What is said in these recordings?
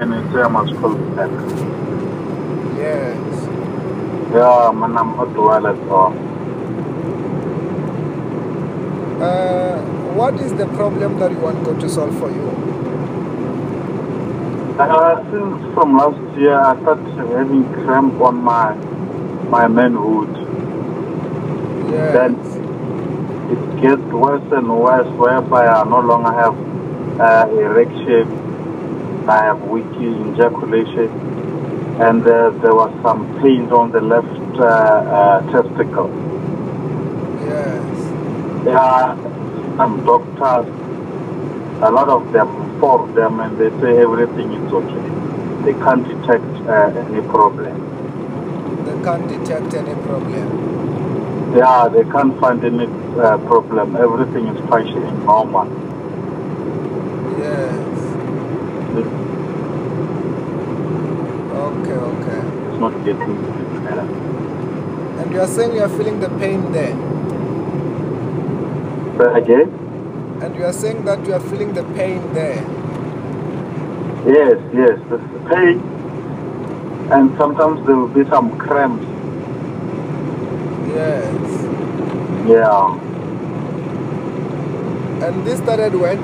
and it's yeah, my school back. Yes. Yeah, man, I'm not well at all. Uh, what is the problem that you want God to solve for you? Uh, since from last year, I started having cramp on my my manhood. Yes. Then it gets worse and worse, whereby I no longer have uh, erection. I have weaky ejaculation, and uh, there was some pains on the left uh, uh, testicle. Yes. There are some doctors, a lot of them, four of them, and they say everything is okay. They can't detect uh, any problem. They can't detect any problem. Yeah, they can't find any uh, problem. Everything is functioning normal. Yes. It's Okay, okay. not getting better. And you are saying you are feeling the pain there. But again, And you are saying that you are feeling the pain there. yes, yes, there's the pain, and sometimes there will be some cramps. Yes. Yeah. And this started when?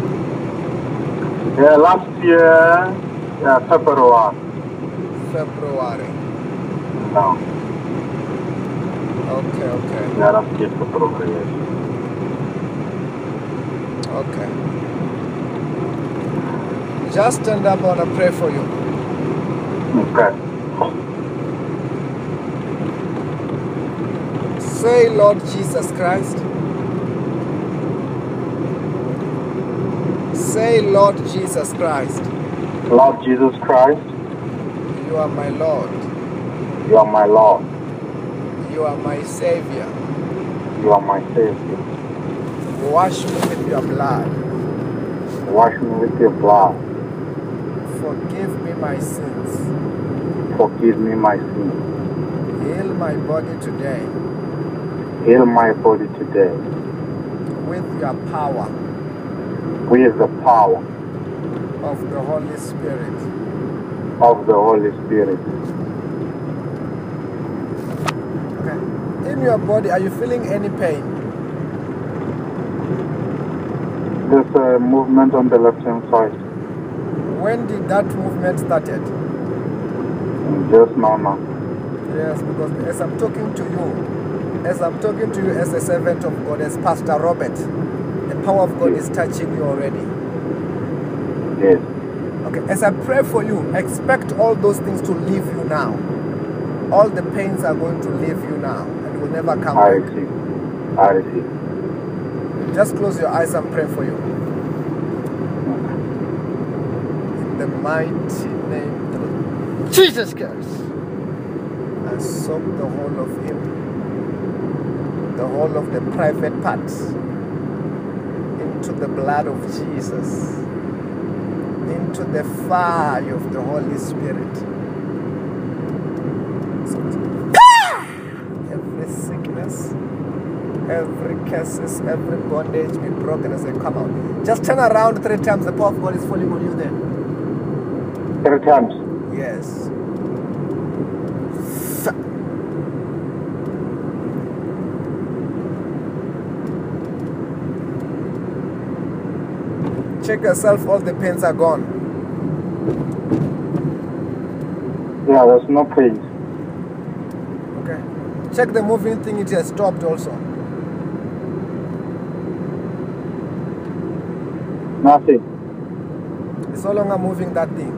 Yeah, last year, yeah, February. February. No, Okay, okay. yeah, last year, February. Yes. Okay. Just stand up, I want to pray for you. Okay. Say, Lord Jesus Christ. Say, Lord Jesus Christ, Lord Jesus Christ, you are my Lord, you are my Lord, you are my Savior. you are my Savior. Wash me with your blood, Wash me with your blood. forgive me my sins, Forgive me my sins. heal my body today Heal my body today with your power with the power of the Holy Spirit. of the Holy Spirit. Okay. In your body, are you feeling any pain? There's a movement on the left hand side. When did that movement started? And Just now, now. Yes, because as I'm talking to you, as I'm talking to you as a servant of God, as Pastor Robert, the power of God is touching you already. Yes. Okay, as I pray for you, expect all those things to leave you now. All the pains are going to leave you now and will never come I back. receive. I receive. Just close your eyes and pray for you. In the mighty name of Jesus Christ. I soak the whole of him, the whole of the private parts, into the blood of Jesus, into the fire of the Holy Spirit. Every sickness, every curses, every bondage be broken as they come out. Just turn around three times. The power of God is falling on you then. Three times. Yes. Check yourself, all the pains are gone. Yeah, there's no pain. Okay. Check the moving thing, it has stopped also. Nothing. It's no longer moving that thing.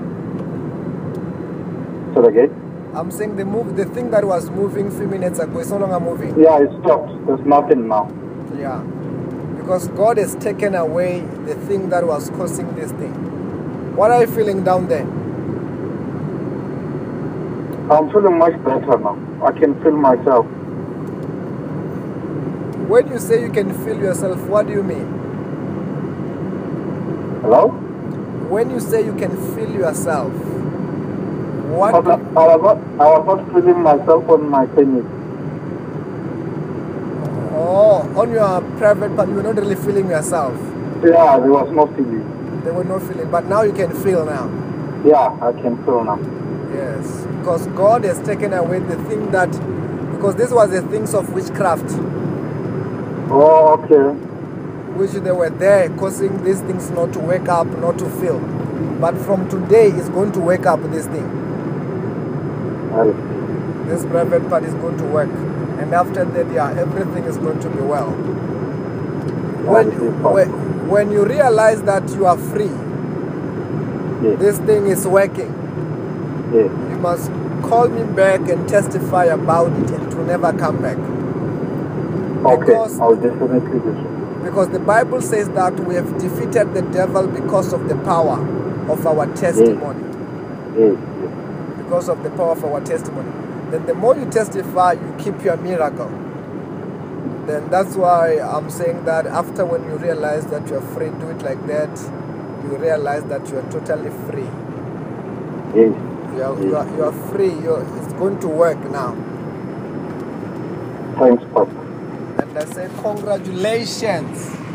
Say it again. I'm saying the move the thing that was moving few minutes ago is no longer moving. Yeah, it stopped. There's nothing now. Yeah. Because God has taken away the thing that was causing this thing. What are you feeling down there? I'm feeling much better now. I can feel myself. When you say you can feel yourself, what do you mean? Hello? When you say you can feel yourself, what I was not, I was not feeling myself on my penis. oh on your private part you were not really feeling yourself. Yeah, there was no feeling. They were not feeling, but now you can feel now. Yeah, I can feel now. Yes, because God has taken away the thing that, because this was the things of witchcraft, Oh, okay. which they were there causing these things not to wake up, not to feel. But from today, it's going to wake up this thing. I see. This private part is going to work. And after that, yeah, everything is going to be well. When, That is it, when, Pastor. when you realize that you are free, Yes, this thing is working, yes. you must call me back and testify about it. It will never come back. Okay, Because- I'll definitely do so. Because the Bible says that we have defeated the devil because of the power of our testimony. Yes, yes. Because of the power of our testimony. Then the more you testify, you keep your miracle. Then that's why I'm saying that after when you realize that you're free, do it like that. You realize that you are totally free. Yes. You are, you are, you are free. You're, it's going to work now. Thanks, Pastor. And I say, congratulations.